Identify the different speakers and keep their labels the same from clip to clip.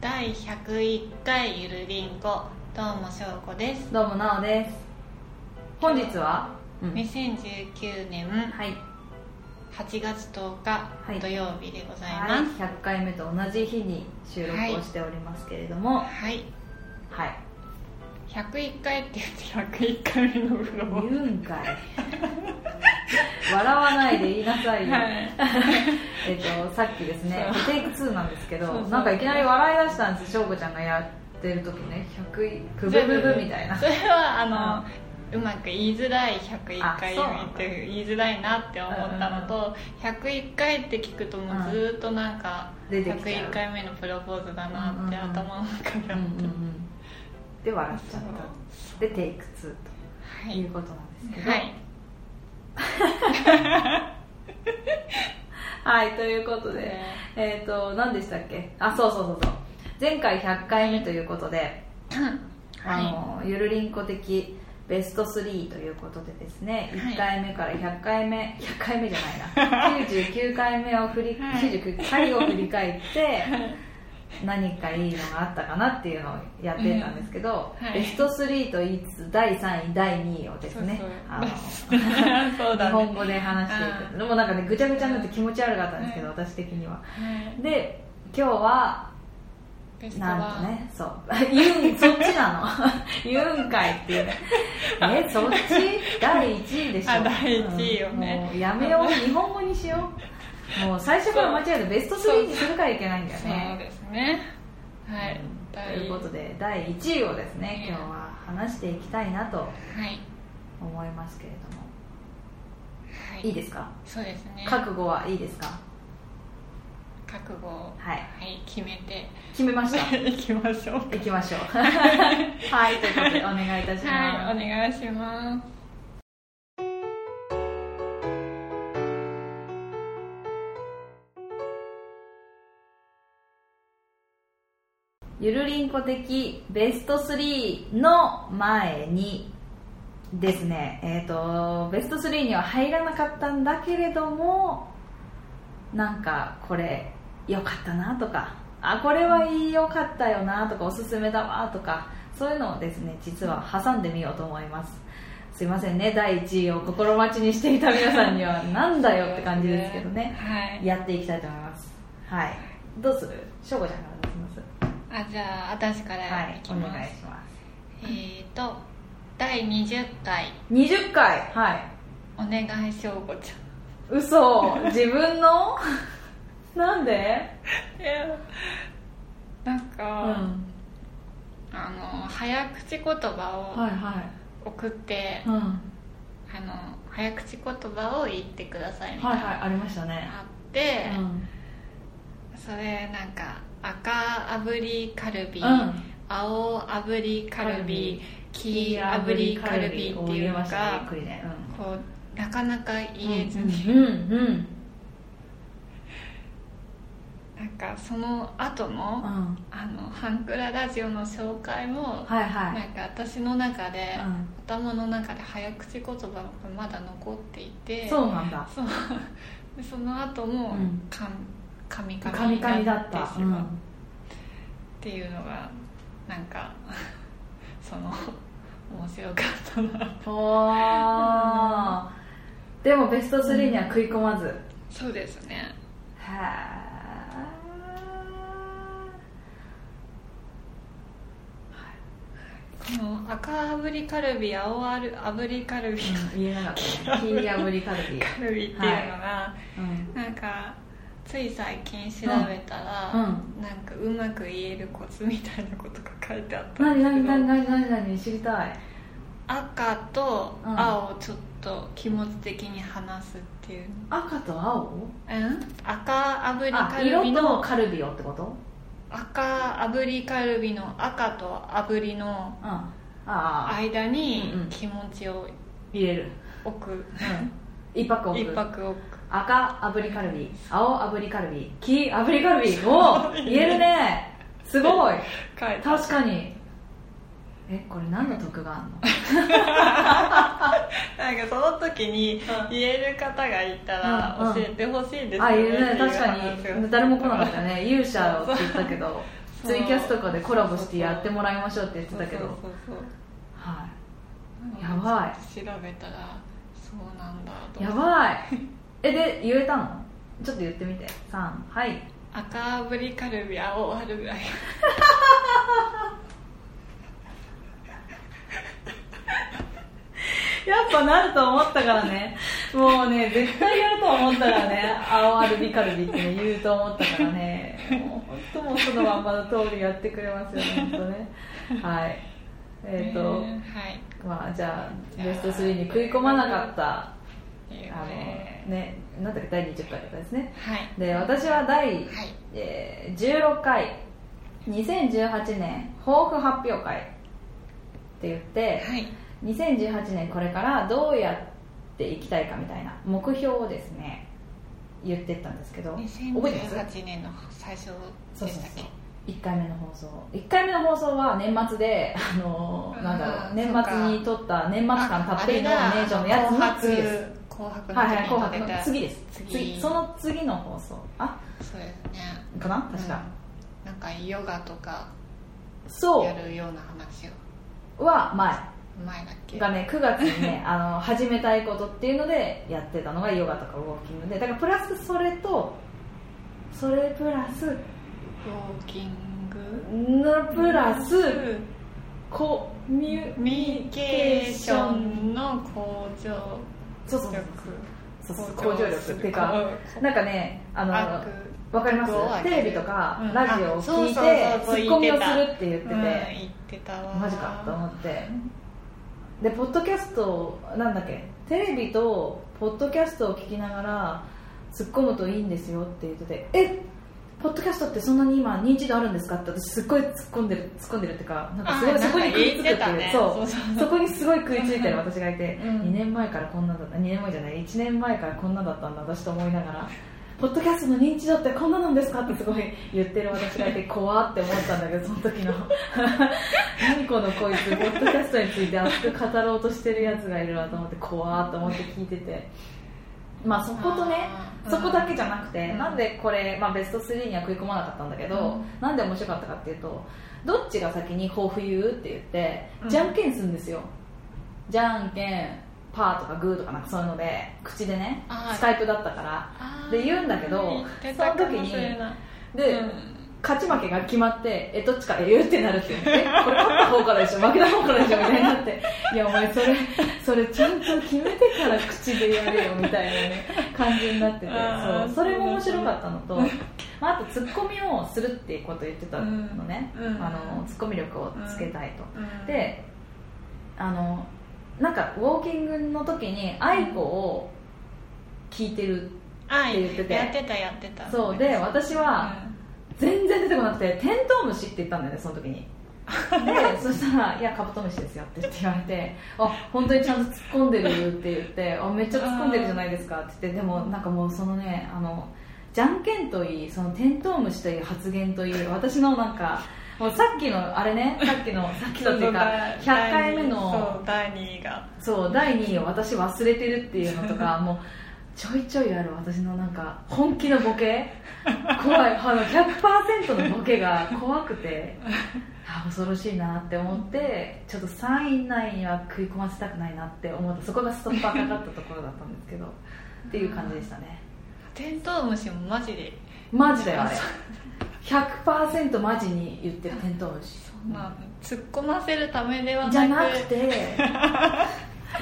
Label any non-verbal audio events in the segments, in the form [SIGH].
Speaker 1: 第101回ゆるりんごどうもしょうこです、
Speaker 2: どうもなおです本日は、うんはい
Speaker 1: 2019年
Speaker 2: はい
Speaker 1: 8月10日
Speaker 2: はい
Speaker 1: 土曜日でございます
Speaker 2: 100回目と同じ日に収録をしておりますけれどもはい、
Speaker 1: はい、101回って言って101回目のブログ
Speaker 2: 言うんかい笑わないで言いなさいよ、
Speaker 1: はい
Speaker 2: [LAUGHS] えっとさっきですね
Speaker 1: そう
Speaker 2: テイク2なんですけど
Speaker 1: そうそう
Speaker 2: なんかいきなり笑い出したんですしょうこちゃんがやってる時ね100いくぶぶぶみたいな
Speaker 1: それはあの、うまく言いづらい101回
Speaker 2: あそうなんだ
Speaker 1: 目って言いづらいなって思ったのと、101回って聞くともうずーっとなんか、
Speaker 2: 出てきちゃ
Speaker 1: 101
Speaker 2: う
Speaker 1: 回目のプロポーズだなって
Speaker 2: うんうんうん
Speaker 1: 頭の中で
Speaker 2: うん
Speaker 1: あっ
Speaker 2: う
Speaker 1: て、
Speaker 2: んうんで笑っちゃ
Speaker 1: そう
Speaker 2: ったでテイク
Speaker 1: は
Speaker 2: 2と
Speaker 1: い
Speaker 2: いうことなんですけど
Speaker 1: はい
Speaker 2: はい、ということで、えっ、と、何でしたっけあ、そうそうそうそう。前回100回目ということで、
Speaker 1: はい
Speaker 2: あの、ゆるりんこ的ベスト3ということでですね、
Speaker 1: はい
Speaker 2: 1回目から100回目、100回目じゃない
Speaker 1: [LAUGHS]
Speaker 2: な、99回目を振り、
Speaker 1: はい
Speaker 2: 99回を振り返って、何かいいのがあったかなっていうのをやってたんですけど、
Speaker 1: うんはい
Speaker 2: ベスト3と言いつつ第3位第2位をですねあの
Speaker 1: そうそうそうだ
Speaker 2: 日
Speaker 1: ね
Speaker 2: 本語で話していくでもなんかねぐちゃぐちゃになって気持ち悪かったんですけど、
Speaker 1: うん
Speaker 2: 私的には
Speaker 1: はい
Speaker 2: で今日は
Speaker 1: ベスト
Speaker 2: なん
Speaker 1: は
Speaker 2: とねそう [LAUGHS] ユンそっちなの [LAUGHS] ユン会っていうねえそっち第1位でしょ
Speaker 1: あ第一位よね
Speaker 2: もうやめよ
Speaker 1: [LAUGHS]
Speaker 2: う日本語にしようもう最初から間違えてベスト3にするからいけないんだよ
Speaker 1: そう
Speaker 2: ね
Speaker 1: ですねはい
Speaker 2: うん
Speaker 1: 第
Speaker 2: ということで第1位をですね今日は話していきたいなと
Speaker 1: はい
Speaker 2: 思いますけれども
Speaker 1: はい
Speaker 2: いいですか
Speaker 1: そうですね
Speaker 2: 覚悟はいいですか
Speaker 1: 覚悟を
Speaker 2: はい
Speaker 1: はい決めて
Speaker 2: 決め
Speaker 1: [LAUGHS]
Speaker 2: ました
Speaker 1: いきましょう
Speaker 2: 行きましょう [LAUGHS] はいということでお願いいたします、
Speaker 1: はいお願いします
Speaker 2: ゆるりんこ的ベスト3の前にですねえっ、とベスト3には入らなかったんだけれどもなんかこれ良かったなとかあこれは良かったよなとかおすすめだわとかそういうのをですね実は挟んでみようと思いますすいませんね第1位を心待ちにしていた皆さんにはなんだよって感じですけどね
Speaker 1: はい
Speaker 2: やっていきたいと思いますはいどうするしょうこちゃんから出します
Speaker 1: あじゃあ私からいきます、
Speaker 2: ます
Speaker 1: えっ、と第20回
Speaker 2: 20回はい
Speaker 1: お願いしょうこちゃん
Speaker 2: 嘘自分の [LAUGHS] なんで
Speaker 1: なん
Speaker 2: うん
Speaker 1: か、あの早口言葉
Speaker 2: いは
Speaker 1: を送って、
Speaker 2: うん、は
Speaker 1: あの早口言葉を言ってください
Speaker 2: い
Speaker 1: みた
Speaker 2: はい
Speaker 1: いなのが
Speaker 2: ありましたね
Speaker 1: あって、
Speaker 2: うん
Speaker 1: それなんか赤炙りカルビ、
Speaker 2: うん
Speaker 1: 青炙りカル
Speaker 2: カル
Speaker 1: ビ
Speaker 2: ビ
Speaker 1: 黄炙りカルビっていうの
Speaker 2: を入れましたね
Speaker 1: が
Speaker 2: ゆっくりね
Speaker 1: こうなかなか
Speaker 2: うん
Speaker 1: 言えずに、
Speaker 2: うんうん
Speaker 1: なんかその後
Speaker 2: うん、う
Speaker 1: の
Speaker 2: ん、
Speaker 1: あのハンクララジオの紹介も、
Speaker 2: はいは
Speaker 1: ないんか私の中で、
Speaker 2: うん
Speaker 1: 頭の中で早口言葉がまだ残っていて
Speaker 2: そうなんだ
Speaker 1: そうでその後も
Speaker 2: うん
Speaker 1: かんカミカ
Speaker 2: カミカ
Speaker 1: ミ
Speaker 2: ミ
Speaker 1: に
Speaker 2: だ
Speaker 1: なっ
Speaker 2: ってた
Speaker 1: し
Speaker 2: う
Speaker 1: まうんっていうのがなんか [LAUGHS] その面白かったな
Speaker 2: おーでもベスト3には食い込まず、
Speaker 1: そうですね
Speaker 2: は
Speaker 1: この赤炙りカルビ青炙りカルビ
Speaker 2: あ、言えなかったねキー炙りカルビ、
Speaker 1: カルビっていうのが、
Speaker 2: うん、
Speaker 1: なんかつい最近調べたら、
Speaker 2: うんうん
Speaker 1: なんかうまく言えるコツみたいなことが書いてあったんで
Speaker 2: 何
Speaker 1: す
Speaker 2: 何
Speaker 1: けど
Speaker 2: 何何何何知りたい
Speaker 1: 赤と
Speaker 2: うん
Speaker 1: 青をちょっと気持ち的に話すっていう、
Speaker 2: 赤と青
Speaker 1: うん、赤炙り
Speaker 2: あ
Speaker 1: カルビ
Speaker 2: 色と
Speaker 1: の
Speaker 2: カルビをってこと
Speaker 1: 赤炙りカルビの赤と炙りの
Speaker 2: うんああ
Speaker 1: 間に
Speaker 2: うんうん
Speaker 1: 気持ちを
Speaker 2: 入れる、
Speaker 1: 置く
Speaker 2: うん、一泊置
Speaker 1: 一
Speaker 2: く
Speaker 1: 泊置
Speaker 2: 赤炙りカルビ青炙りカルビ黄炙りカルビおお言えるねすごい
Speaker 1: く書いてある
Speaker 2: 確かにえこれ何の得があんの
Speaker 1: なんかその時に言える方がいた
Speaker 2: うんう
Speaker 1: ら
Speaker 2: ん
Speaker 1: 教えてほしいですよ
Speaker 2: あ
Speaker 1: ね
Speaker 2: 言える
Speaker 1: っ
Speaker 2: ね
Speaker 1: ていう
Speaker 2: 確か
Speaker 1: 話を
Speaker 2: に誰も来なかったよね勇者をって言ったけど
Speaker 1: そう
Speaker 2: ツイキャスとかでコラボしてやってもらいましょうって言ってたけ
Speaker 1: そ
Speaker 2: ど
Speaker 1: うそうそう
Speaker 2: は
Speaker 1: そう
Speaker 2: やば
Speaker 1: 調べたらそうなんだと
Speaker 2: い
Speaker 1: 思
Speaker 2: や
Speaker 1: って
Speaker 2: ばいえで言えたのちょっと言ってみて三はい
Speaker 1: 赤ぶりカルビ青アルビライ
Speaker 2: やっぱなると思ったからねもうね絶対やると思ったからね青アルビカルビって、ね、言うと思ったからねもう本当もうそのまんまの通りやってくれますよね本当ねはいえっ、と、
Speaker 1: ねはい
Speaker 2: まあじゃあベスト3に食い込まなかった
Speaker 1: えー
Speaker 2: あのねなんだっけ第20回とかですね
Speaker 1: はい
Speaker 2: で私は第、
Speaker 1: はい
Speaker 2: えー16回2018年抱負発表会って言って、
Speaker 1: はい
Speaker 2: 2018年これからどうやっていきたいかみたいな目標をですね言ってったんですけど覚えてます
Speaker 1: 2018年の最初
Speaker 2: そう
Speaker 1: でし
Speaker 2: そう
Speaker 1: たっけ
Speaker 2: そう1回目の放送1回目の放送は年末で、あのー
Speaker 1: うん
Speaker 2: なんだろ
Speaker 1: そうう
Speaker 2: 年末に撮った年末感たっぷりの
Speaker 1: ああれ
Speaker 2: ネ
Speaker 1: が
Speaker 2: ーションのやつの次です
Speaker 1: 紅白
Speaker 2: はいはい「
Speaker 1: 紅
Speaker 2: 紅
Speaker 1: 白の時に出
Speaker 2: 白」の
Speaker 1: た
Speaker 2: 次です
Speaker 1: 次
Speaker 2: 次その次の放送あ
Speaker 1: そうですね
Speaker 2: かな確か、、
Speaker 1: うんなんかヨガとか
Speaker 2: そ
Speaker 1: やるような話を
Speaker 2: うは前
Speaker 1: 前だっけ
Speaker 2: がね9月
Speaker 1: [LAUGHS]
Speaker 2: にねあの始めたいことっていうのでやってたのがヨガとかウォーキングでだからプラスそれとそれプラス
Speaker 1: ウォーキング
Speaker 2: のプラスコミ
Speaker 1: コミュニケーションの向上
Speaker 2: そうそう
Speaker 1: 力
Speaker 2: そうそう向上力っていうかなんかねあの
Speaker 1: アク
Speaker 2: わかります
Speaker 1: アクを上げる
Speaker 2: テレビとか
Speaker 1: うん
Speaker 2: ラジオを
Speaker 1: あそ
Speaker 2: 聞
Speaker 1: う
Speaker 2: いて
Speaker 1: そうそうそう
Speaker 2: ツッコミをす
Speaker 1: 言って
Speaker 2: る
Speaker 1: た
Speaker 2: って言ってて、
Speaker 1: うん言ってたわ
Speaker 2: マジかと思ってでポッドキャストなんだっけテレビとポッドキャストを聞きながら突っ込むといいんですよって言っててえポッドキャストってそんなに今認知度あるんですかって私すっごい突っ込んでる突っ込んでるっていうかなんかすご
Speaker 1: あ
Speaker 2: いそこに食いつくってい
Speaker 1: なんか言ってた
Speaker 2: う
Speaker 1: ね
Speaker 2: そう
Speaker 1: そうそう
Speaker 2: [LAUGHS] そこにすごい食いついてる私がいて、
Speaker 1: うん
Speaker 2: 2年前からこんなだった2年前じゃない1年前からこんなだったんだ私と思いながらポッドキャストの認知度ってこんななんですかってすごい言ってる私
Speaker 1: [LAUGHS]
Speaker 2: がいて怖って思ったんだけどその時の [LAUGHS] 何このこいつポッドキャストについて熱く語ろうとしてるやつがいるわと思って怖って思って聞いててまあそことね
Speaker 1: あー
Speaker 2: そこだけじゃなくて、
Speaker 1: うん
Speaker 2: なんでこれ、まあ、ベスト3には食い込まなかったんだけど、
Speaker 1: うん
Speaker 2: なんで面白かったかっていうとどっちが先に抱負言うって言って
Speaker 1: うん
Speaker 2: じゃんけんするんですよ、じゃんけんパーとかグーとかなんかそういうので口でね
Speaker 1: あー
Speaker 2: スカイプだったから
Speaker 1: あー
Speaker 2: で言うんだけど
Speaker 1: 言ってたかも
Speaker 2: その時に
Speaker 1: しれない
Speaker 2: で、
Speaker 1: うん
Speaker 2: 勝ち負けが決まってえどっちか言うってなるっていうえこれ勝った方からでしょ負けた方からでしょみたいになっていやお前それそれちゃんと決めてから口でやれよみたいなね感じになってて
Speaker 1: あー
Speaker 2: そうそれも面白かったのと、まあ、あとツッコミをするっていうことを言ってたのね、
Speaker 1: うんうん
Speaker 2: あのツッコミ力をつけたいと、
Speaker 1: うん
Speaker 2: であのなんかウォーキングの時に愛子を聞いてる
Speaker 1: あ
Speaker 2: って言ってて
Speaker 1: やってたやってた
Speaker 2: そうで私
Speaker 1: うん
Speaker 2: は全然出てこなくて「テントウムシ」って言ったんだよねその時に
Speaker 1: [LAUGHS]
Speaker 2: でそしたら「いやカブトムシですよ」って言って言われて「あ本当にちゃんと突っ込んでる」って言って「あめっちゃ突っ込んでるじゃないですか」って言ってでもなんかもうそのねあのじゃんけんといいそのテントウムシという発言といい私のなんかもうさっきのあれねさっきのさっきのっていうか100回目の
Speaker 1: そう第2位が
Speaker 2: そう第2位を私忘れてるっていうのと
Speaker 1: [LAUGHS]
Speaker 2: かもうちょいちょいある私のなんか本気のボケ怖いあの100%のボケが怖くてあ恐ろしいなって思ってちょっと3位以内には食い込ませたくないなって思ったそこがストッパーかかったところだったんですけどっていう感じでしたね
Speaker 1: テントウムシもマジで
Speaker 2: マジだよあれ100%マジに言ってるテントウムシ
Speaker 1: そんな突っ込ませるためではなく
Speaker 2: じゃなくて
Speaker 1: [LAUGHS]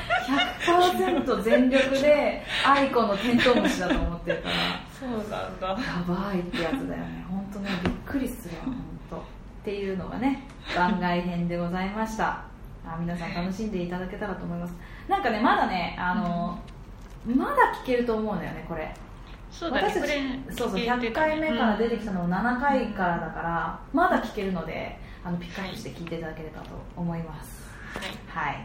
Speaker 2: 100%全力でアイコのテントウムシだと思ってるから
Speaker 1: そうなんだ
Speaker 2: やばいってやつだよね本当ねびっくりするわ本当っていうのがね番外編でございましたあ皆さん楽しんでいただけたらと思いますなんかねまだねあの、まだ聞けると思うんだよねこれ
Speaker 1: そうだね
Speaker 2: 私た
Speaker 1: こ
Speaker 2: ち
Speaker 1: れ
Speaker 2: そうそう
Speaker 1: 聞いて
Speaker 2: 100
Speaker 1: たね
Speaker 2: 回目から出てきたのも7回からだから、まだ聞けるのであのピックアップして聞いていただければと思います、はい。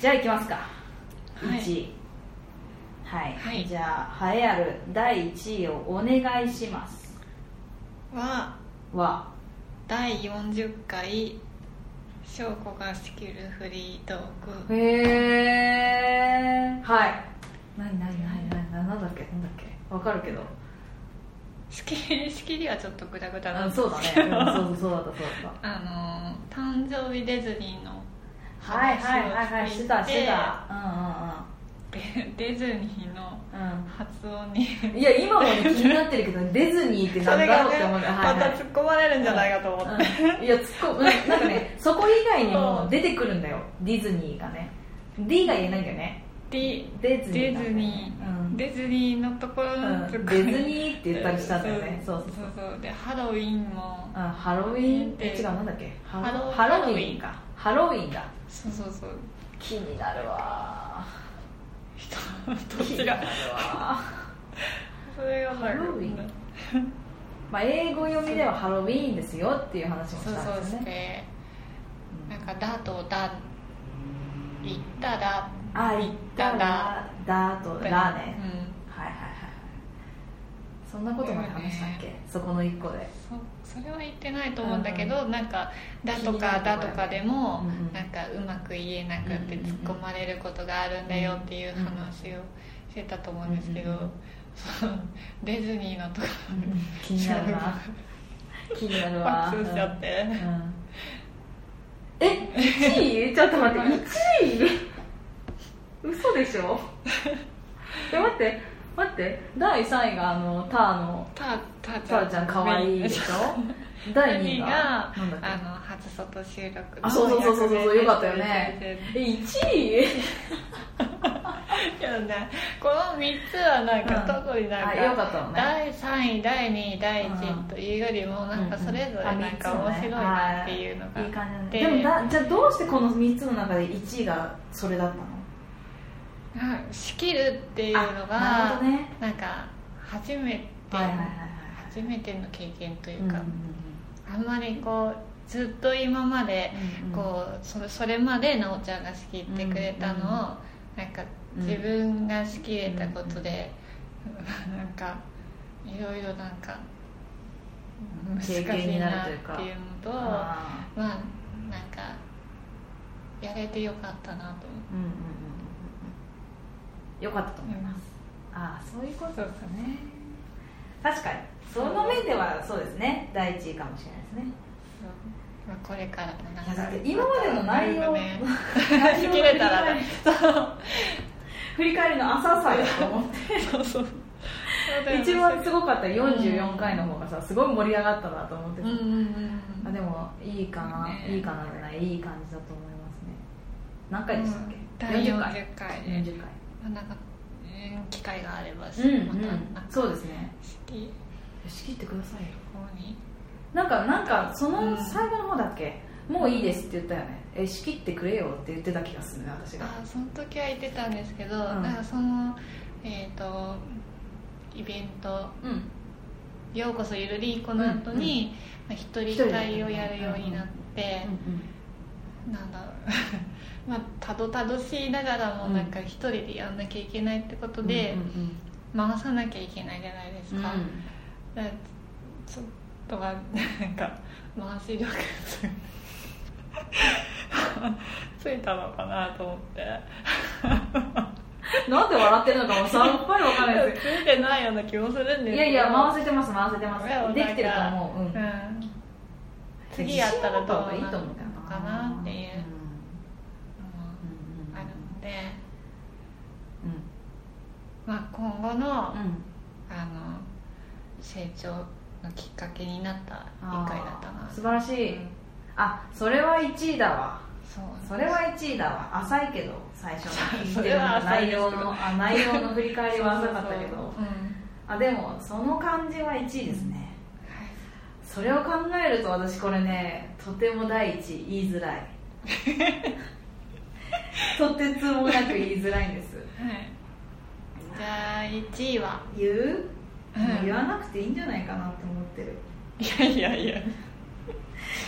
Speaker 2: じゃあ行きますか。
Speaker 1: はい
Speaker 2: 1位。はい。
Speaker 1: はい
Speaker 2: じゃあ、栄えある第1位をお願いします。
Speaker 1: はいは
Speaker 2: は、
Speaker 1: 第40回翔子が仕切るフリートーク
Speaker 2: へえ。はい。なになになになになんだっけなんだっけわかるけど。
Speaker 1: 仕切り仕切りはちょっとグダグダなん
Speaker 2: あ
Speaker 1: ですけ
Speaker 2: そ
Speaker 1: ど
Speaker 2: うだね、 [LAUGHS] うん、そうそうそうだったそうだっ
Speaker 1: あの誕生日ディズニーの
Speaker 2: たはいはいはいはいしてたしてた
Speaker 1: デディズニーの
Speaker 2: うんうんうんうん
Speaker 1: 発音に
Speaker 2: いや今もね気になってるけどディズニーって
Speaker 1: そ
Speaker 2: なん
Speaker 1: れ [LAUGHS]
Speaker 2: だ
Speaker 1: が
Speaker 2: ろうっ
Speaker 1: ね
Speaker 2: て思う、はい
Speaker 1: また
Speaker 2: はい
Speaker 1: 突っ込まれるんじゃないかと思って、
Speaker 2: うんいや突っ込むうんなんかねそこ以外にも出てくるんだよディズニーがね D が言えないんだよね
Speaker 1: ディ
Speaker 2: ディズニ
Speaker 1: デ
Speaker 2: ーなん
Speaker 1: ィズ
Speaker 2: だよね
Speaker 1: ニ
Speaker 2: う
Speaker 1: ー
Speaker 2: ん
Speaker 1: ディズニーのところの
Speaker 2: う
Speaker 1: 突っ
Speaker 2: ん
Speaker 1: 込み
Speaker 2: ディズニーって言ったりしたんだよねそうそう
Speaker 1: そ
Speaker 2: そう
Speaker 1: うそうでハロウィンも
Speaker 2: あハロウィンえ
Speaker 1: で
Speaker 2: 違うなんだっけハロ
Speaker 1: ハ
Speaker 2: ハ
Speaker 1: ロ
Speaker 2: ロウィンかハロウィンだ
Speaker 1: そうそうそう
Speaker 2: 気になるわ
Speaker 1: 人
Speaker 2: 気
Speaker 1: どっ
Speaker 2: に
Speaker 1: ち
Speaker 2: な
Speaker 1: が
Speaker 2: るわ
Speaker 1: それが
Speaker 2: ハロウィンまあ英語読みではハロウィーンですよっていう話も
Speaker 1: そ
Speaker 2: し
Speaker 1: う
Speaker 2: た
Speaker 1: そ
Speaker 2: ん
Speaker 1: う
Speaker 2: です
Speaker 1: し
Speaker 2: よね
Speaker 1: てなんかだとだ行っただ
Speaker 2: あ行ったらだとら
Speaker 1: う
Speaker 2: ね
Speaker 1: ん
Speaker 2: はいはいはいそんなことまで話したっけそこの一個で
Speaker 1: そそれは言ってないと思うんだけど、なんか「だ」とか「
Speaker 2: 気にな
Speaker 1: だ」
Speaker 2: る
Speaker 1: と
Speaker 2: ところ
Speaker 1: か
Speaker 2: やね
Speaker 1: でも、
Speaker 2: うんうん
Speaker 1: なんかうまく言えなくって
Speaker 2: うんうんうん
Speaker 1: 突っ込まれることがあるんだよっていう話をしてたと思うんですけど、
Speaker 2: うんうんうん
Speaker 1: そのディズニーのとこ
Speaker 2: 気になるな気になる
Speaker 1: ろ
Speaker 2: わ
Speaker 1: 発注しちゃって、
Speaker 2: うんうんえ1位ちょっと待って1位嘘でしょえ待って待って第3位があのターの
Speaker 1: たた
Speaker 2: ターちゃんかわいいでし
Speaker 1: [LAUGHS]
Speaker 2: ょ第2位が
Speaker 1: が
Speaker 2: なんだっけ
Speaker 1: あの初外収録の
Speaker 2: あそうそうそうそうそうよかったよねえ1位
Speaker 1: いやね、この3つはなんか
Speaker 2: うん
Speaker 1: 特になんか,、
Speaker 2: あよかったのね
Speaker 1: 第3位第2位第1位というよりもなんかそれぞれなんか面白いなっていうのが
Speaker 2: いい感じだね
Speaker 1: で
Speaker 2: でもだじゃあどうしてこの3つの中で1位がそれだったの
Speaker 1: なんか仕切るっていうのが
Speaker 2: あなるほどね
Speaker 1: なんか初めて、
Speaker 2: はいはいはい
Speaker 1: 初めての経験とい
Speaker 2: は
Speaker 1: う
Speaker 2: い
Speaker 1: か、あんまりこうずっと今まで
Speaker 2: うんうん
Speaker 1: こうそそれまで奈緒ちゃんが仕切ってくれたのを、
Speaker 2: うんうん
Speaker 1: なんか
Speaker 2: うん
Speaker 1: 自分が仕切れたことで、 [LAUGHS] なんかいろいろなんか難しい
Speaker 2: 経験に
Speaker 1: な
Speaker 2: な
Speaker 1: ってい
Speaker 2: る
Speaker 1: う
Speaker 2: というか
Speaker 1: のと
Speaker 2: あ
Speaker 1: まあなんかやれてよかったなと
Speaker 2: ーうんうんうんうんうんよかったと
Speaker 1: 思
Speaker 2: 思
Speaker 1: い
Speaker 2: い
Speaker 1: ま
Speaker 2: ますす、ああそういうこと
Speaker 1: そう
Speaker 2: ですね確かにその面ではそうですね第1位かもしれないですね
Speaker 1: まあ、これからもなん
Speaker 2: いやだ
Speaker 1: か
Speaker 2: って今までの内容
Speaker 1: なんかね仕切れたらね
Speaker 2: 振り返るの浅さだと思 [LAUGHS] って
Speaker 1: そうそう
Speaker 2: 一番すごかった44回の方がさすごい盛り上がったなと思って
Speaker 1: う
Speaker 2: さ
Speaker 1: んうんうん
Speaker 2: あでもいいかな、
Speaker 1: ね
Speaker 2: いいかなじゃないいい感じだと思いますね何回でしたっけ、
Speaker 1: 第40
Speaker 2: 40
Speaker 1: 回
Speaker 2: 回
Speaker 1: で
Speaker 2: 40回
Speaker 1: まあなんか、うん機会があれば、
Speaker 2: うん、
Speaker 1: またなんか
Speaker 2: そうですね
Speaker 1: シティ
Speaker 2: 仕切ってくださいよ
Speaker 1: の方に
Speaker 2: なんかなんかそ
Speaker 1: うん
Speaker 2: の最後の方だっけ、もういいですって言ったよねえ仕切ってくれよって言ってた気がするね私が
Speaker 1: あその時は行ってたんですけど、
Speaker 2: ん
Speaker 1: なんかそのえっ、とイベント
Speaker 2: うん
Speaker 1: 「ようこそゆるりんこ」の後に、まあ、一人会をやるようになって、なんだろう [LAUGHS] まあたどたどしいながらも
Speaker 2: うん
Speaker 1: なんか一人でやんなきゃいけないってことで、回さなきゃいけないじゃないですか、だからちょっとはなんか回し力つついたのかなと思って
Speaker 2: なんで笑ってるの [LAUGHS] かもさっぱりわかんないで
Speaker 1: ついてないような気もするんです
Speaker 2: す
Speaker 1: けど
Speaker 2: いやいや回せてます回せてます
Speaker 1: いやなんか
Speaker 2: できてると思う、うん
Speaker 1: うん次やったらどうなるのかなっていう
Speaker 2: うんうんうん
Speaker 1: あるので、
Speaker 2: うん
Speaker 1: まあ、今後の,、あの
Speaker 2: うん
Speaker 1: 成長のきっかけになった一回だったな
Speaker 2: あー素晴らしい、
Speaker 1: うん
Speaker 2: あそれは1位だわ
Speaker 1: そう
Speaker 2: それは1位だわ浅いけど最初の聞いてる
Speaker 1: [LAUGHS] それは浅い
Speaker 2: 内
Speaker 1: ですけど
Speaker 2: 容のあ内容の振り返りは浅かったけ
Speaker 1: [LAUGHS] そうそう
Speaker 2: ど
Speaker 1: そううん
Speaker 2: あでもその感じは1位ですね
Speaker 1: はい
Speaker 2: それを考えると私これねとても第一位言い
Speaker 1: [LAUGHS]
Speaker 2: づらいとてつもなく言いづらいんです
Speaker 1: はい、じゃあ1位は
Speaker 2: 言う、
Speaker 1: うん
Speaker 2: もう言わなくていいんじゃないかなって思ってる
Speaker 1: いやいやいや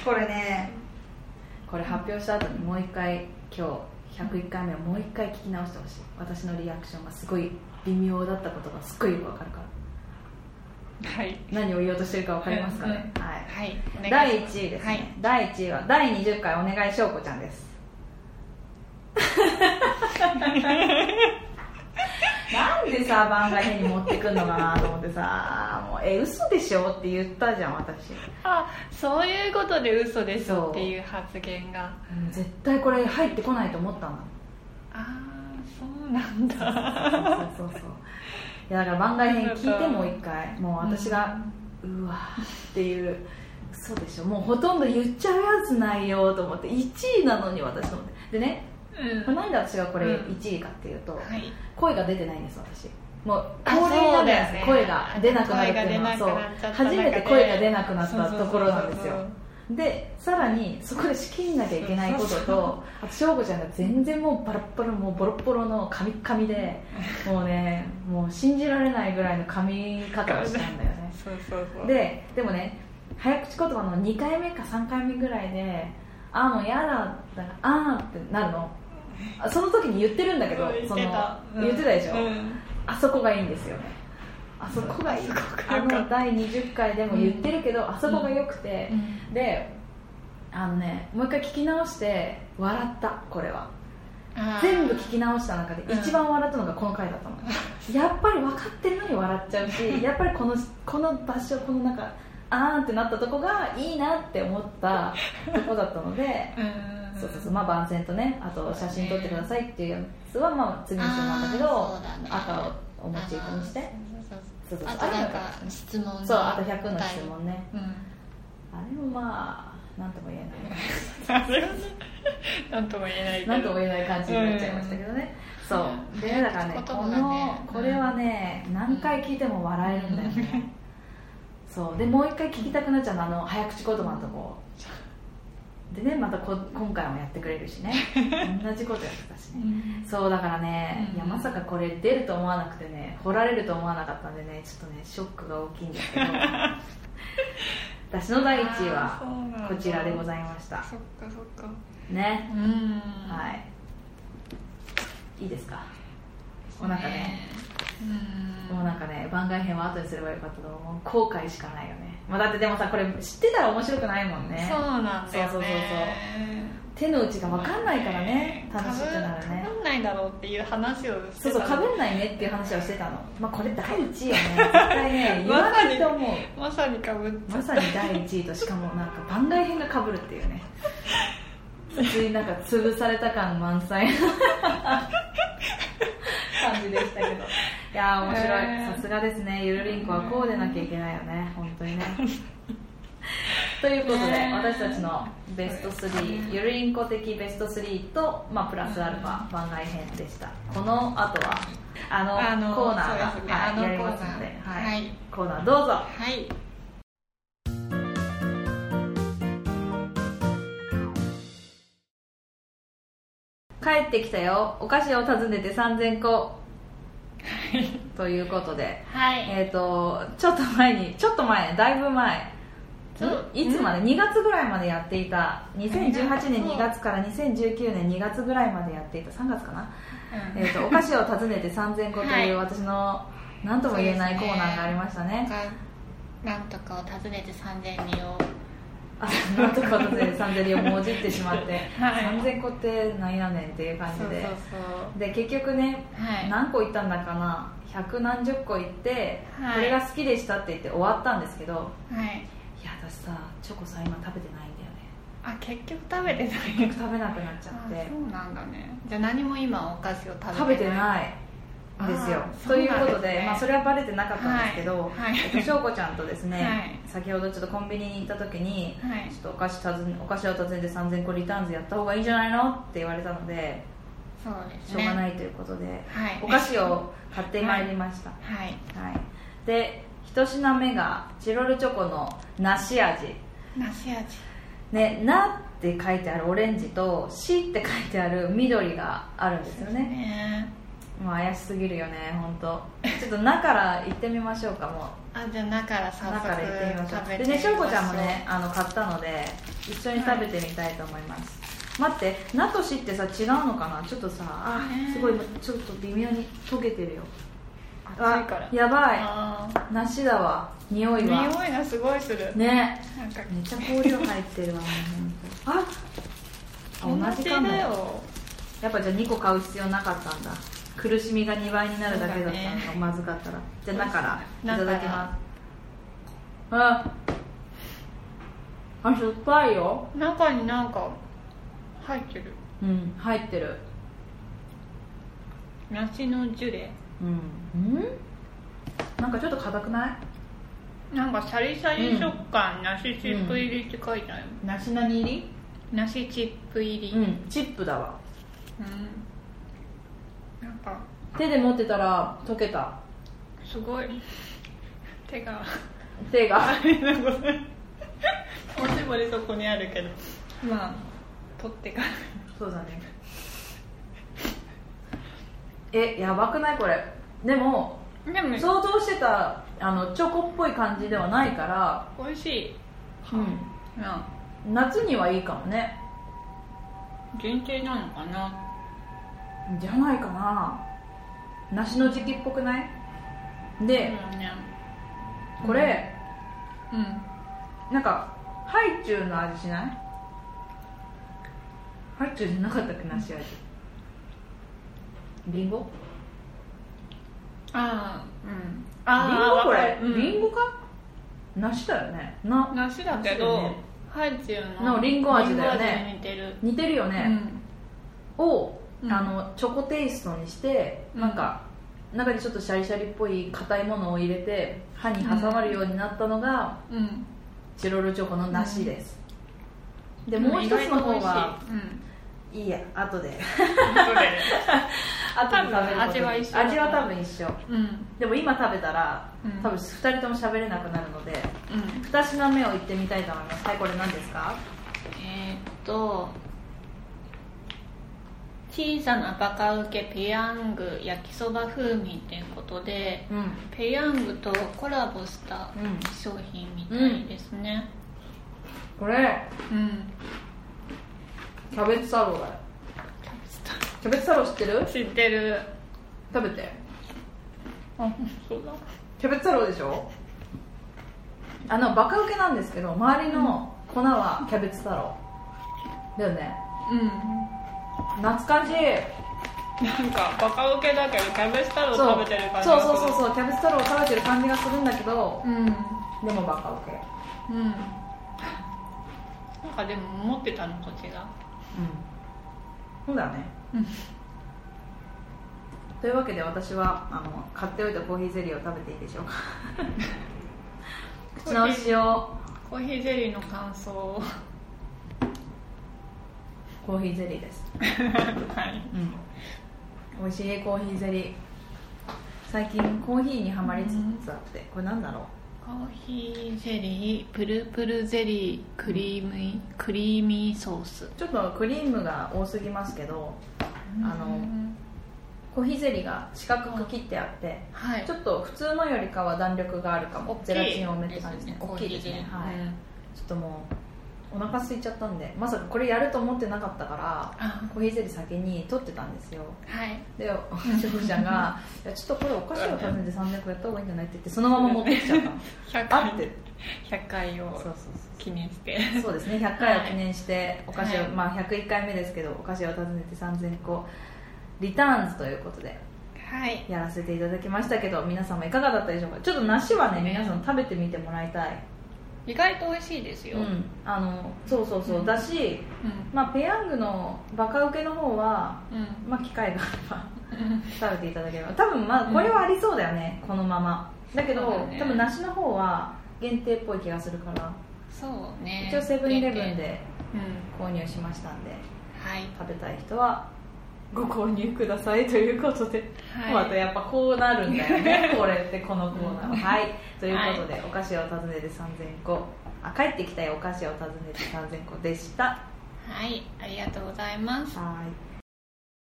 Speaker 2: これねこれ発表した後にもう一回今日101回目をもう一回聞き直してほしい私のリアクションがすごい微妙だったことがすっごいよくわかるから
Speaker 1: はい
Speaker 2: 何を言おうとしてるかわかりますかね、
Speaker 1: うん
Speaker 2: はい
Speaker 1: はいお願いします
Speaker 2: 第1位です
Speaker 1: は
Speaker 2: ね、
Speaker 1: い
Speaker 2: 第1位は第20回お願いしょうこちゃん [LAUGHS] ですなんでさ番外編に持ってくんのかなと思ってさもうえ嘘でしょって言ったじゃん私
Speaker 1: あそういうことで嘘ですっていう発言が
Speaker 2: うん絶対これ入ってこないと思ったの
Speaker 1: ああそうなんだ
Speaker 2: そうそうそうそういやだから番外編聞いてもう一回もう私がうわーっていうそうでしょもうほとんど言っちゃうやつないよと思って1位なのに私と思ってでねこ
Speaker 1: う
Speaker 2: れ
Speaker 1: んは
Speaker 2: なんで私がこれ
Speaker 1: うん
Speaker 2: 1位かっていうと、
Speaker 1: い
Speaker 2: 声が出てないんです私もう
Speaker 1: あ
Speaker 2: 恒例な
Speaker 1: そ
Speaker 2: んです、
Speaker 1: うだよね
Speaker 2: 声が出なくなるっていうのはそう
Speaker 1: 声が出なくなっちゃった
Speaker 2: 初めて声が出なくなったところなんです
Speaker 1: そうそう
Speaker 2: よでさらにそこで仕切んなきゃいけないこと
Speaker 1: そうそう
Speaker 2: とあと翔子ちゃんが全然もうバラッバラもうボロッボロの髪髪でもうねもう信じられないぐらいの髪型をしたんだよね
Speaker 1: そうそうそう
Speaker 2: ででもね早口言葉の2回目か3回目ぐらいで「ああもうやだ」だから「ああ」ってなるのあその時に言ってるんだけど
Speaker 1: うん言って
Speaker 2: そ
Speaker 1: たう
Speaker 2: の
Speaker 1: ん
Speaker 2: 言ってたでしょ、
Speaker 1: うん
Speaker 2: あそこがいいんですよねあそこがいい
Speaker 1: あそこが
Speaker 2: あ
Speaker 1: よかった
Speaker 2: の第20回でも言ってるけど、あそこが良くて、であのねもう一回聞き直して笑ったこれは
Speaker 1: あー
Speaker 2: 全部聞き直した中で
Speaker 1: うん
Speaker 2: 一番笑ったのがこの回だったの、やっぱり分かってるのに笑っちゃうしやっぱりこのこの場所このなんかあーんってなったとこがいいなって思ったとこだったので
Speaker 1: うん
Speaker 2: そうそうそうまあ番宣とねあと写真撮ってくださいっていうやつはまあ次にしてもらったけど
Speaker 1: あーそうだね
Speaker 2: 赤をお持ち込みして
Speaker 1: そう
Speaker 2: そう
Speaker 1: そう
Speaker 2: そ
Speaker 1: そ
Speaker 2: う
Speaker 1: うあ
Speaker 2: そう
Speaker 1: となんか
Speaker 2: あれもよかったね
Speaker 1: 質問に
Speaker 2: そうあと100の質問ね
Speaker 1: うん
Speaker 2: あれもまあなんとも言えない
Speaker 1: さすがになんとも言えないけど
Speaker 2: なんとも言えない感じになっちゃいましたけどね、そうでだからね
Speaker 1: 言
Speaker 2: こ
Speaker 1: 葉がね
Speaker 2: のこれはね何回聞いても笑えるんだよ
Speaker 1: [LAUGHS]
Speaker 2: ね、そうでもう一回聞きたくなっちゃうのあの早口言葉のとこでねまたこ今回もやってくれるしね
Speaker 1: [LAUGHS]
Speaker 2: 同じことやってたし
Speaker 1: う
Speaker 2: ね
Speaker 1: ん
Speaker 2: そうだからね、
Speaker 1: うん
Speaker 2: いやまさかこれ出ると思わなくてね掘られると思わなかったんでねちょっとねショックが大きいんですけ
Speaker 1: [LAUGHS]
Speaker 2: ど私の第1位
Speaker 1: あーそう
Speaker 2: は
Speaker 1: なんだ
Speaker 2: こちらでございました
Speaker 1: そっかそっか
Speaker 2: ね
Speaker 1: うん
Speaker 2: はい。いいですか。もうなんかね、
Speaker 1: うん
Speaker 2: もうなんかね、番外編は後にすればよかったと思う。後悔しかないよね。まあ、だってでもさ、これ知ってたら面白くないもんね
Speaker 1: そう。なんだよね
Speaker 2: そうそうそう手の内が分かんないからね、楽しくなる
Speaker 1: かぶ
Speaker 2: ね
Speaker 1: か。ぶんないだろうっていう話をして
Speaker 2: そうそう、か
Speaker 1: たの
Speaker 2: ぶんないねっていう話をしてたの。まあ、これ第1位よね。絶対 [LAUGHS] ね、言わないと思う。
Speaker 1: まさにかぶっちゃっ
Speaker 2: ま
Speaker 1: た
Speaker 2: さに第1位としかもなんか番外編がかぶるっていうね普通になんか潰された感満載感じでしたけどいやー面白い、
Speaker 1: えー
Speaker 2: さすがですねゆるりんこはこうでなきゃいけないよね本当にねということで、
Speaker 1: ね
Speaker 2: 私たちのベスト3ゆるりんこ的ベスト3と、まあ、プラスアルファ番外編でしたこの後はあの
Speaker 1: あの
Speaker 2: コーナーが
Speaker 1: そうです、ね
Speaker 2: はい
Speaker 1: あの
Speaker 2: やりますので、
Speaker 1: コーナー
Speaker 2: は
Speaker 1: はいい、
Speaker 2: コーナーどうぞ
Speaker 1: はい
Speaker 2: 帰ってきたよお菓子を訪ねて3000個
Speaker 1: [LAUGHS]
Speaker 2: ということで
Speaker 1: はい
Speaker 2: えっ、とちょっと前にちょっと前だいぶ前
Speaker 1: ちょ
Speaker 2: んいつまで2月ぐらいまでやっていた2018年2月から2019年2月ぐらいまでやっていた3月かな、
Speaker 1: うん
Speaker 2: えー、とお菓子を訪ねて3000個と
Speaker 1: はいいう
Speaker 2: 私の何とも言えないコーナーがありましたね
Speaker 1: がなんとかを訪ねて3000人を
Speaker 2: あなんとか訪ねて3000人をもじってしまって、
Speaker 1: はい
Speaker 2: 3000個ってなんやねんっていう感じ
Speaker 1: そうそう
Speaker 2: で
Speaker 1: そう
Speaker 2: で結局ね
Speaker 1: はい
Speaker 2: 何個行ったんだかな百何十個行って、
Speaker 1: はい
Speaker 2: これが好きでしたって言って終わったんですけど
Speaker 1: はい
Speaker 2: いや私さチョコさ今食べてないんだよね
Speaker 1: あ結局食べてない
Speaker 2: 食べなくなっちゃ
Speaker 1: あ
Speaker 2: って
Speaker 1: そうなんだねじゃあ何も今お菓子を
Speaker 2: 食
Speaker 1: 食べ
Speaker 2: べ
Speaker 1: て
Speaker 2: て
Speaker 1: ない
Speaker 2: ないんですよ
Speaker 1: あー
Speaker 2: というこ
Speaker 1: そうな
Speaker 2: と
Speaker 1: ん
Speaker 2: で
Speaker 1: ですね
Speaker 2: まあ、それはバレてなかったんですけど、
Speaker 1: はいはい
Speaker 2: えっと翔子ちゃんとですね、
Speaker 1: はい
Speaker 2: 先ほどちょっとコンビニに行った時に、
Speaker 1: はい
Speaker 2: ちょっとお菓子訪ねお菓子を訪ねて3000個リターンズやった方がいいんじゃないのって言われたので
Speaker 1: そうです
Speaker 2: しょ
Speaker 1: ね
Speaker 2: うがないということで、
Speaker 1: はい
Speaker 2: お菓子を買ってまいりました、
Speaker 1: はい
Speaker 2: はい、で一品目がチロルチョコの梨味
Speaker 1: 梨味
Speaker 2: ね「な」って書いてあるオレンジと「し」って書いてある緑があるんですよね
Speaker 1: ね
Speaker 2: もう怪しすぎるよね本当。ちょっと「な」から行ってみましょうかも
Speaker 1: あじゃあ中から
Speaker 2: う「
Speaker 1: 早
Speaker 2: な」
Speaker 1: 速
Speaker 2: から行ってみましょ
Speaker 1: 食べ
Speaker 2: う
Speaker 1: て
Speaker 2: で
Speaker 1: みま
Speaker 2: ね
Speaker 1: しょう
Speaker 2: 翔子ちゃんもねあの買ったので一緒に食べてみたいと思います、待って「な」と「し」ってさ違うのかなちょっとさあ
Speaker 1: ね
Speaker 2: すごいちょっと微妙に溶けてるよ
Speaker 1: 暑い
Speaker 2: あ
Speaker 1: から
Speaker 2: やばい
Speaker 1: あ
Speaker 2: 梨だわ匂
Speaker 1: ー
Speaker 2: いは
Speaker 1: 匂いがすごいする
Speaker 2: ね
Speaker 1: なんか
Speaker 2: めっちゃ氷が入ってるわもう本当ああ同じかも
Speaker 1: だ
Speaker 2: や
Speaker 1: よ
Speaker 2: っぱじゃあ2個買う必要なかったんだ苦しみが2倍になるだけだ
Speaker 1: そう
Speaker 2: ったの
Speaker 1: だ
Speaker 2: が
Speaker 1: ね
Speaker 2: まずかったらじゃあ中からいただきますああしょっぱいよ
Speaker 1: 中になんか入ってる
Speaker 2: うん入ってる
Speaker 1: 梨のジュレ
Speaker 2: うん、うん、なんかちょっと硬くない
Speaker 1: なんかシャリシャリ食感、梨チップ入りって書いてある、
Speaker 2: 梨何入り
Speaker 1: 梨チップ入り、
Speaker 2: うんチップだわ
Speaker 1: うんなんか
Speaker 2: 手で持ってたら溶けた
Speaker 1: すごい手が
Speaker 2: 手が
Speaker 1: あれなごめんおしぼりそこにあるけどまあ取ってから
Speaker 2: そうだね [LAUGHS] えやばくないこれでも
Speaker 1: でも
Speaker 2: 想像してたあのチョコっぽい感じではないから、
Speaker 1: 美味しいな
Speaker 2: 夏にはいいかもね
Speaker 1: 限定なのかな
Speaker 2: じゃないかな梨の時期っぽくない
Speaker 1: で
Speaker 2: で、
Speaker 1: もね
Speaker 2: これ
Speaker 1: うん
Speaker 2: なんかハイチュウの味しないハイチュウじゃなかったっけ梨味リンゴ
Speaker 1: ああうん
Speaker 2: リン
Speaker 1: あ
Speaker 2: ゴ
Speaker 1: あ
Speaker 2: こ
Speaker 1: 分か
Speaker 2: れ
Speaker 1: る、、
Speaker 2: リン
Speaker 1: ゴ
Speaker 2: ゴか梨だよねな
Speaker 1: 梨だけ
Speaker 2: 梨だよ
Speaker 1: ど
Speaker 2: ね
Speaker 1: ハイチュウ
Speaker 2: の
Speaker 1: の
Speaker 2: リンゴ味だよね
Speaker 1: リンゴ味に似てる、
Speaker 2: 似てるよね、を、
Speaker 1: うん
Speaker 2: あのチョコテイストにして、
Speaker 1: うん
Speaker 2: なんか中にちょっとシャリシャリっぽい硬いものを入れて歯に挟まるようになったのが、
Speaker 1: うん、うん、
Speaker 2: チロルチョコの梨です、で
Speaker 1: で
Speaker 2: もう一
Speaker 1: 意
Speaker 2: つ
Speaker 1: 外と
Speaker 2: の方
Speaker 1: 美味しい
Speaker 2: は
Speaker 1: うん
Speaker 2: いいや後で
Speaker 1: そうだよね
Speaker 2: 後で食べることに
Speaker 1: 味は一緒
Speaker 2: 味は多分一緒
Speaker 1: うん
Speaker 2: でも今食べたら、
Speaker 1: うん
Speaker 2: 多分2人とも喋れなくなるので
Speaker 1: うん
Speaker 2: 2品目をいってみたいと思いますはいこれ何ですか
Speaker 1: えー、っと小さなバカウケペヤング焼きそば風味っていうことで
Speaker 2: うん
Speaker 1: ペヤングとコラボした
Speaker 2: うん
Speaker 1: 商品みたいですね
Speaker 2: これ
Speaker 1: うん、
Speaker 2: キャベツ太郎だよキャベツ太郎知ってる
Speaker 1: 知ってる
Speaker 2: 食べて
Speaker 1: あそうだ
Speaker 2: キャベツ太郎でしょあのバカウケなんですけど周りの粉はキャベツ太郎だよね
Speaker 1: うん
Speaker 2: 懐かしい
Speaker 1: なんかバカウケだけどキャベツ太郎
Speaker 2: そう
Speaker 1: 食べてる感じ
Speaker 2: そう
Speaker 1: がす
Speaker 2: そ
Speaker 1: る
Speaker 2: うそうそうキャベツ太郎を食べてる感じがするんだけど
Speaker 1: うん
Speaker 2: でもバカウケ
Speaker 1: うんなんかでも思ってたのこっちが
Speaker 2: うんそうだね
Speaker 1: うん
Speaker 2: というわけで私はあの買っておいたコーヒーゼリーを食べていい
Speaker 1: [LAUGHS]
Speaker 2: でしょうか口直しを
Speaker 1: コーヒーゼリーの感想を
Speaker 2: コーヒーゼリーです
Speaker 1: はい
Speaker 2: うん美味しいコーヒーゼリー最近コーヒーにはまりつつあって、これなんだろう
Speaker 1: コーヒーゼリープルプルゼリークリームイ、クリーミーソース
Speaker 2: ちょっとクリームが多すぎますけどあの
Speaker 1: うん
Speaker 2: コーヒーゼリーが四角く切ってあって、
Speaker 1: はい
Speaker 2: ちょっと普通のよりかは弾力があるかもゼラチン多めって感じですね
Speaker 1: 大
Speaker 2: 大
Speaker 1: き
Speaker 2: き
Speaker 1: い
Speaker 2: い
Speaker 1: で
Speaker 2: です
Speaker 1: ね
Speaker 2: すね、
Speaker 1: コーヒー
Speaker 2: は
Speaker 1: ゼ
Speaker 2: い
Speaker 1: リーうん
Speaker 2: ちょっともうお腹空いちゃったんでまさかこれやると思ってなかったから
Speaker 1: あ
Speaker 2: コーヒーゼリー先に取ってたんですよ
Speaker 1: はい [LAUGHS]
Speaker 2: でお食事者が「いやちょっとこれお菓子を食べて300個やった方がいいんじゃない?」って言ってそのまま持ってきちゃ
Speaker 1: [LAUGHS]
Speaker 2: ったの
Speaker 1: 100
Speaker 2: あっ
Speaker 1: 回
Speaker 2: て
Speaker 1: 100回
Speaker 2: そうそ
Speaker 1: を
Speaker 2: うそう
Speaker 1: 記念して
Speaker 2: そうですね100回を記念してお菓子を、
Speaker 1: はい
Speaker 2: まあ101回目ですけどお菓子を訪ねて3000個リターンズということで
Speaker 1: はい
Speaker 2: やらせていただきましたけど皆様いかがだったでしょうかちょっと梨はね
Speaker 1: ね
Speaker 2: 皆さん食べてみてもらいたい
Speaker 1: 意外と美味しいですよ、
Speaker 2: う
Speaker 1: うん
Speaker 2: んあのそうそうそう、
Speaker 1: うん
Speaker 2: だし、まあ、ペヤングのバカ受けの方は
Speaker 1: うん
Speaker 2: まあ機会があれば [LAUGHS]
Speaker 1: うん
Speaker 2: 食べていただければ多分まあこれはありそうだよね、このままだけど
Speaker 1: そうだね
Speaker 2: 多分梨の方は限定っぽい気がするから
Speaker 1: そうね
Speaker 2: 一応セブンイレブンで
Speaker 1: うん
Speaker 2: 購入しましたんで
Speaker 1: はい
Speaker 2: 食べたい人はご購入くださいということで、
Speaker 1: はい
Speaker 2: またやっぱこうなるんだよ [LAUGHS] ねこれってこのコーナーははいということで、お菓子を訪ねて3000個あ帰ってきたよお菓子を訪ねて3000個でした
Speaker 1: はいありがとうございます
Speaker 2: はい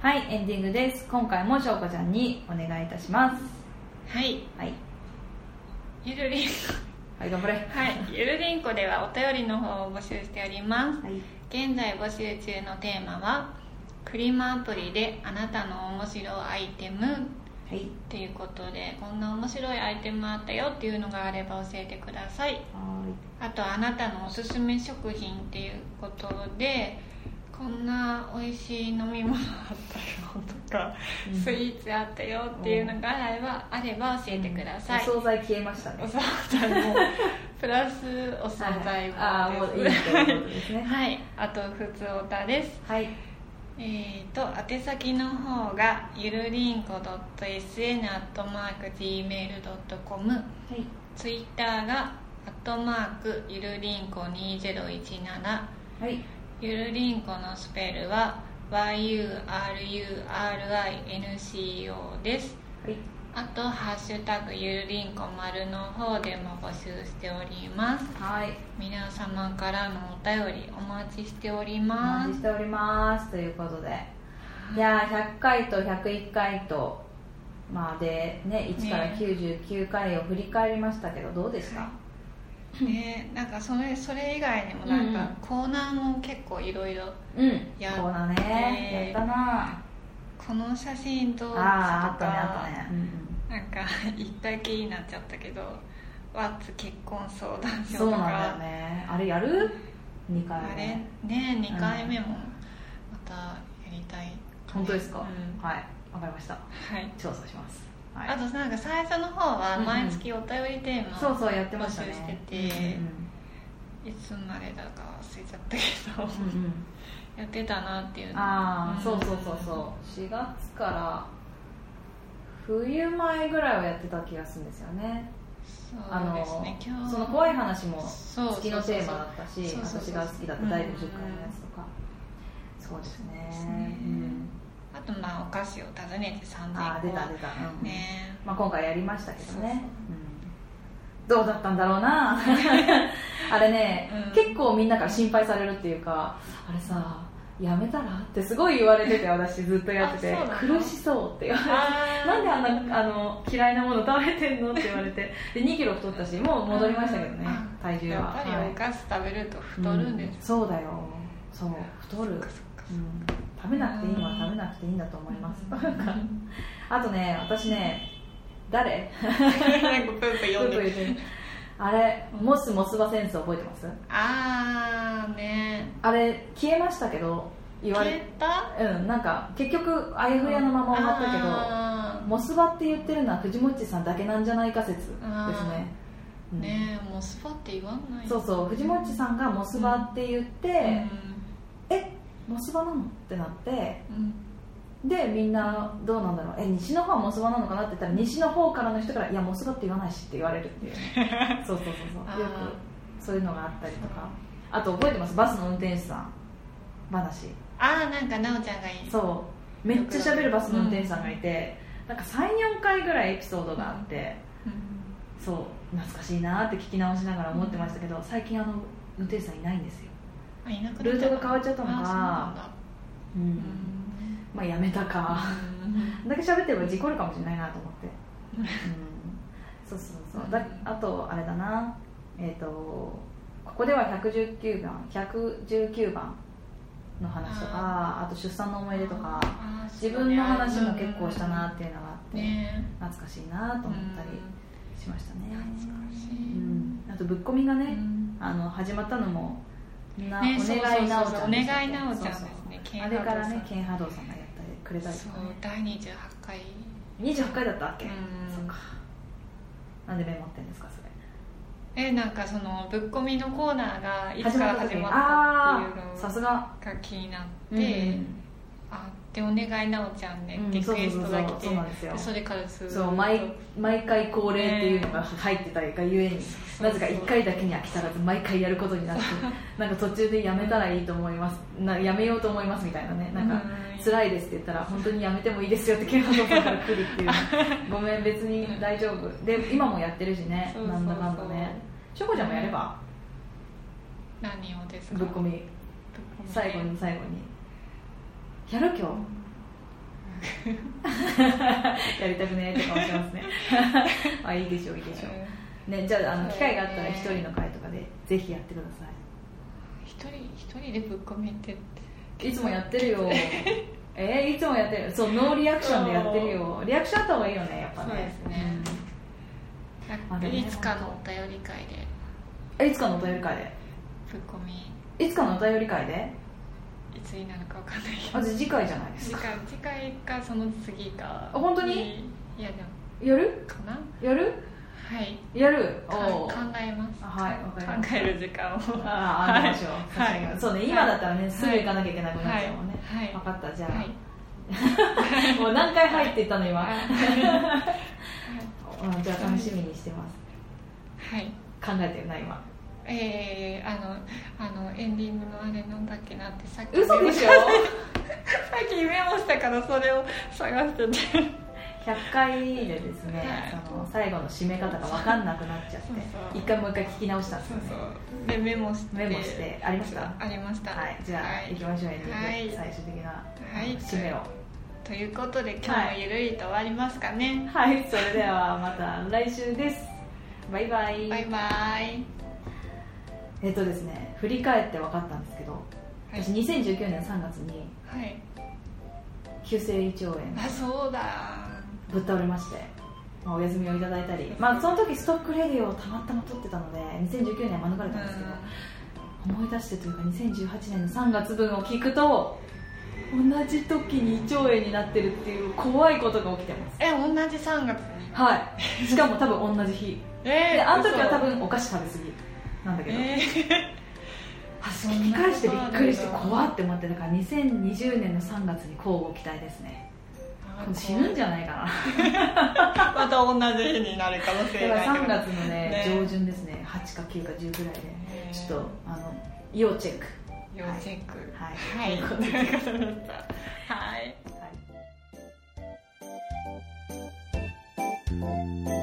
Speaker 2: はいエンディングです今回もしょうこちゃんにお願いいたします
Speaker 1: はい
Speaker 2: はい
Speaker 1: ゆるりん
Speaker 2: はい頑張れは
Speaker 1: はい、ゆるりんこではお便りの方を募集しております
Speaker 2: い
Speaker 1: 現在募集中のテーマはフリマアプリであなたの面白アイテム
Speaker 2: はい
Speaker 1: っていうことでこんな面白いアイテムあったよっていうのがあれば教えてください
Speaker 2: は
Speaker 1: あとあなたのおすすめ食品っていうことでこんな美味しい飲み物あったよとか、
Speaker 2: ーい
Speaker 1: スイーツあったよっていうのがあれば,、あれば教えてください、
Speaker 2: お惣菜消えましたね
Speaker 1: お惣菜もプラスお惣菜
Speaker 2: はいああも
Speaker 1: も
Speaker 2: ういい
Speaker 1: で
Speaker 2: と
Speaker 1: す
Speaker 2: いうことです
Speaker 1: [LAUGHS]
Speaker 2: ね
Speaker 1: はい、あと普通おたです
Speaker 2: はい
Speaker 1: えー、と宛先の方がゆるりんこ .sn.gmail.com
Speaker 2: はい
Speaker 1: ツイッターがアットマークゆるりんこ2017
Speaker 2: はい
Speaker 1: ゆるりんこのスペルは yurinco です
Speaker 2: はい
Speaker 1: あと「ハッシュタグゆるりんこ丸」の方でも募集しております
Speaker 2: はい
Speaker 1: 皆様からのお便りお待ちしており
Speaker 2: お
Speaker 1: ま
Speaker 2: 待ち
Speaker 1: す
Speaker 2: しておりますということでいやー100回と101回とまあでね1から
Speaker 1: ね
Speaker 2: 99回を振り返りましたけどどうでした、
Speaker 1: ねなんかそれそれ以外にもなん
Speaker 2: うんうん
Speaker 1: かコーナーも結構いろいろ
Speaker 2: うん
Speaker 1: や
Speaker 2: そうだ
Speaker 1: ね
Speaker 2: ねやったな
Speaker 1: この写真どうと
Speaker 2: あ
Speaker 1: か
Speaker 2: ああったねあったね、うん
Speaker 1: なんか言った気になっちゃったけど「ワッツ結婚相談
Speaker 2: うん、
Speaker 1: 所」
Speaker 2: そう
Speaker 1: と
Speaker 2: なんだよ
Speaker 1: か、
Speaker 2: ねあれやる2回
Speaker 1: あれ
Speaker 2: 目
Speaker 1: ね2回目もまたやりたいかね、
Speaker 2: 本当ですか、
Speaker 1: うんは
Speaker 2: はいわかりました
Speaker 1: い
Speaker 2: 調査します、はい、
Speaker 1: あとなんか最初の方は毎月お便りテーマ、
Speaker 2: そうそうやってましたね
Speaker 1: 募集してて
Speaker 2: うん
Speaker 1: いつまでだか忘れちゃったけど、
Speaker 2: うんうん
Speaker 1: やってたなっていうの
Speaker 2: ああ、
Speaker 1: ん
Speaker 2: そうそうそうそう4月から冬前ぐらいはやってた気がするんですよね
Speaker 1: そうですね今日
Speaker 2: その怖い話も
Speaker 1: そう
Speaker 2: 月のテーマだったし
Speaker 1: そうそうそう
Speaker 2: 私が好きだった第50回のやつとか、そうです
Speaker 1: そう
Speaker 2: ね
Speaker 1: ですね
Speaker 2: うん、
Speaker 1: あとまあお菓子を訪ねて3
Speaker 2: ああ出
Speaker 1: 年後
Speaker 2: た
Speaker 1: は
Speaker 2: 出た、うん
Speaker 1: ね
Speaker 2: まあ、今回やりましたけどね
Speaker 1: そうそう
Speaker 2: うんどうだったんだろ
Speaker 1: [LAUGHS]
Speaker 2: うなあれね、
Speaker 1: うん
Speaker 2: 結構みんなから心配されるっていうかあれさやめたらってすごい言われて
Speaker 1: [LAUGHS]
Speaker 2: て私ずっとやってて
Speaker 1: あそうなの
Speaker 2: 苦しそうって言わ [LAUGHS] れて
Speaker 1: あー
Speaker 2: [LAUGHS] なんであんなあの嫌いなもの食べてんのって言われてで2キロ太ったしもう戻りましたけどね
Speaker 1: あ
Speaker 2: 体重は
Speaker 1: やっぱ
Speaker 2: は
Speaker 1: り
Speaker 2: い
Speaker 1: お菓子食べると太るんです、
Speaker 2: うそうだよそう太る
Speaker 1: そっかそっか
Speaker 2: うん、食べなくていいのは食べなくていいんだと思います、
Speaker 1: うん
Speaker 2: [LAUGHS] あとね私ね誰
Speaker 1: なんかプープー呼んで
Speaker 2: あれモスモスバ戦争覚えてます
Speaker 1: ああね
Speaker 2: あれ消えましたけど言わ
Speaker 1: 消
Speaker 2: れ
Speaker 1: えた
Speaker 2: うんなんか結局あやふやのまま終わったけど
Speaker 1: あ
Speaker 2: モスバって言ってるのは藤本さんだけなんじゃないか説ですね
Speaker 1: あー
Speaker 2: う
Speaker 1: ー
Speaker 2: ん
Speaker 1: ねえもうスパって言わない
Speaker 2: そうそう藤本さんがモスバって言って、えモスバなのってなって
Speaker 1: うんうん
Speaker 2: でみんなどうなんだろうえ西の方はモスバなのかなって言ったら西の方からの人から「いやモスバって言わないし」って言われ
Speaker 1: [LAUGHS]
Speaker 2: るっていうそうそうそう
Speaker 1: あ
Speaker 2: そ
Speaker 1: ー
Speaker 2: うよくそういうのがあったりとかあと覚えてますバスの運転手さん話
Speaker 1: ああなんか奈緒ちゃんがいい
Speaker 2: そうめっちゃ喋るバスの運転手さんがいて、なんか34回ぐらいエピソードがあって
Speaker 1: うん
Speaker 2: そう懐かしいなって聞き直しながら思ってましたけど最近あの運転手さんいないんですよ、
Speaker 1: あいなくなっちゃった
Speaker 2: ルートが変わっちゃったのか
Speaker 1: あーそうなんだ
Speaker 2: う、
Speaker 1: うんん
Speaker 2: まあやめたかあんだけ喋ってれば事故るかもしれないなと思って、うん、そうそうそうだあとあれだなえっ、とここでは119番119番の話とかあと出産の思い出とか
Speaker 1: あーそう
Speaker 2: 自
Speaker 1: ね
Speaker 2: 分の話も結構したなっていうのがあって、
Speaker 1: ね
Speaker 2: 懐かしいなと思ったりしましたね、
Speaker 1: うん懐かし
Speaker 2: う
Speaker 1: い
Speaker 2: ん、あとぶっこみが
Speaker 1: う
Speaker 2: ね、
Speaker 1: ん
Speaker 2: あの始まったのもな、
Speaker 1: ね
Speaker 2: お
Speaker 1: そうそうそうそう
Speaker 2: 願いなおちゃんでし
Speaker 1: お
Speaker 2: たっけ
Speaker 1: 願いなおちゃんですね
Speaker 2: そうそう
Speaker 1: ケン
Speaker 2: あ
Speaker 1: ハド
Speaker 2: れ
Speaker 1: さん
Speaker 2: からねケンハドさんがやってくれたりと
Speaker 1: そう
Speaker 2: かね
Speaker 1: 第28回
Speaker 2: 28回だったっけ、
Speaker 1: うん
Speaker 2: そっかなんでメモってんですかそれ
Speaker 1: えなんかそのぶっ込みのコーナーがいつ
Speaker 2: 始
Speaker 1: か
Speaker 2: ま
Speaker 1: ら
Speaker 2: った時
Speaker 1: 始
Speaker 2: に
Speaker 1: まったっていう
Speaker 2: あ
Speaker 1: の
Speaker 2: ーさすが
Speaker 1: が気になって、
Speaker 2: うん
Speaker 1: あでお願いなおちゃんね
Speaker 2: うん
Speaker 1: リクエストが来て、
Speaker 2: そうそうそうそうなんですよ
Speaker 1: でそれからずっと
Speaker 2: そう毎毎回恒例っていうのが入ってたがゆえに、
Speaker 1: う
Speaker 2: なぜか1回だけに飽き足らず毎回やることになってなんか途中でやめたらいいと思いますなやめようと思いますみたいなねなんか
Speaker 1: うん
Speaker 2: 辛いですって言ったら本当にやめてもいいですよってケンハドさんから来
Speaker 1: [LAUGHS]
Speaker 2: るっていうごめん別に大丈夫で今もやってるしね
Speaker 1: そうそう
Speaker 2: な
Speaker 1: そうん
Speaker 2: だかんだねしょこちゃんもやれば
Speaker 1: 何をですか
Speaker 2: ぶっこみ
Speaker 1: ぶっこみね
Speaker 2: 最後に最後にやる今日 [LAUGHS] やりたくねえって顔してますね [LAUGHS] あいいでしょういいでしょうねじゃああの機会があったら一人の会とかでぜひやってくださ
Speaker 1: 一人一人でぶっこみって
Speaker 2: いいつもやってるよ [LAUGHS] えーいつもやってるそうノーリアクションでやってるよリアクションあった方がいいよねやっぱね
Speaker 1: そうですね
Speaker 2: あれね
Speaker 1: いつかのお便り会で
Speaker 2: うんえいつかのお便り会
Speaker 1: ぶっ込み
Speaker 2: でいつかのお便り会で
Speaker 1: いつになるかわかんないけ
Speaker 2: あ
Speaker 1: ど
Speaker 2: じゃあ次回じゃないです
Speaker 1: 次
Speaker 2: か
Speaker 1: 回次回かその次か
Speaker 2: あ本当に
Speaker 1: いやでも
Speaker 2: やる
Speaker 1: かな
Speaker 2: やる
Speaker 1: はい
Speaker 2: やる
Speaker 1: か
Speaker 2: お
Speaker 1: 考
Speaker 2: う
Speaker 1: えます
Speaker 2: あはいわかりました
Speaker 1: 考える時間を
Speaker 2: ああありましょう、
Speaker 1: はい
Speaker 2: 確か
Speaker 1: はい
Speaker 2: にそうね今だったらねすぐ行かなきゃいけなくなっちゃうもんね、
Speaker 1: はいはい
Speaker 2: 分かったじゃあ、
Speaker 1: はい
Speaker 2: もう何回入っていったの今、
Speaker 1: は
Speaker 2: [LAUGHS] うんじゃあ楽しみにしてます
Speaker 1: い
Speaker 2: 考えてるな今
Speaker 1: えー、あのあのエンディングのあれなんだっけなって [LAUGHS] さっき
Speaker 2: 嘘で [LAUGHS] しょ
Speaker 1: さっきメモしたからそれを探しててそう
Speaker 2: 100回でですね、
Speaker 1: はい
Speaker 2: その最後の締め方が分かんなくなっちゃっ
Speaker 1: そ
Speaker 2: て
Speaker 1: うそう
Speaker 2: 一回もう一回聞き直したんですよね
Speaker 1: そうでメモして
Speaker 2: メモしてありました
Speaker 1: ありました
Speaker 2: はいじゃあ、
Speaker 1: はい
Speaker 2: 行きましょうエンディング、
Speaker 1: はい
Speaker 2: 最終的な、
Speaker 1: い
Speaker 2: 締めを
Speaker 1: ということで今日もゆるりと終わりますかね、
Speaker 2: はいそれではまた来週ですバイバイ
Speaker 1: バイバイ
Speaker 2: えっとですね振り返って分かったんですけど
Speaker 1: はい
Speaker 2: 私2019年3月に
Speaker 1: はい
Speaker 2: 急性胃腸炎
Speaker 1: あそうだ
Speaker 2: ぶっ倒れまして、まあ、お休みをいただいたり、まあ、その時ストックレディをたまたま撮ってたので2019年は免れたんですけど、思い出してというか2018年の3月分を聞くと同じ時に胃腸炎になってるっていう怖いことが起きてます
Speaker 1: うんえ同じ3月に
Speaker 2: はいしかも多分同じ日
Speaker 1: え
Speaker 2: であの時は
Speaker 1: 嘘
Speaker 2: 多分お菓子食べ過ぎなんだけど、
Speaker 1: え
Speaker 2: あ聞き返してびっくりして怖って思ってだから2020年の3月に交互期待ですね
Speaker 1: ー
Speaker 2: 死ぬんじゃないかな [LAUGHS]
Speaker 1: また同じ日になるかもし
Speaker 2: だ
Speaker 1: れ
Speaker 2: か
Speaker 1: ない
Speaker 2: ら3
Speaker 1: けど
Speaker 2: 月のね
Speaker 1: ね
Speaker 2: 上旬ですね8か9か10ぐらいで
Speaker 1: へー
Speaker 2: ちょっとあの要チェック
Speaker 1: 要チェック
Speaker 2: はい [LAUGHS]
Speaker 1: はいわかりましたはい
Speaker 2: はい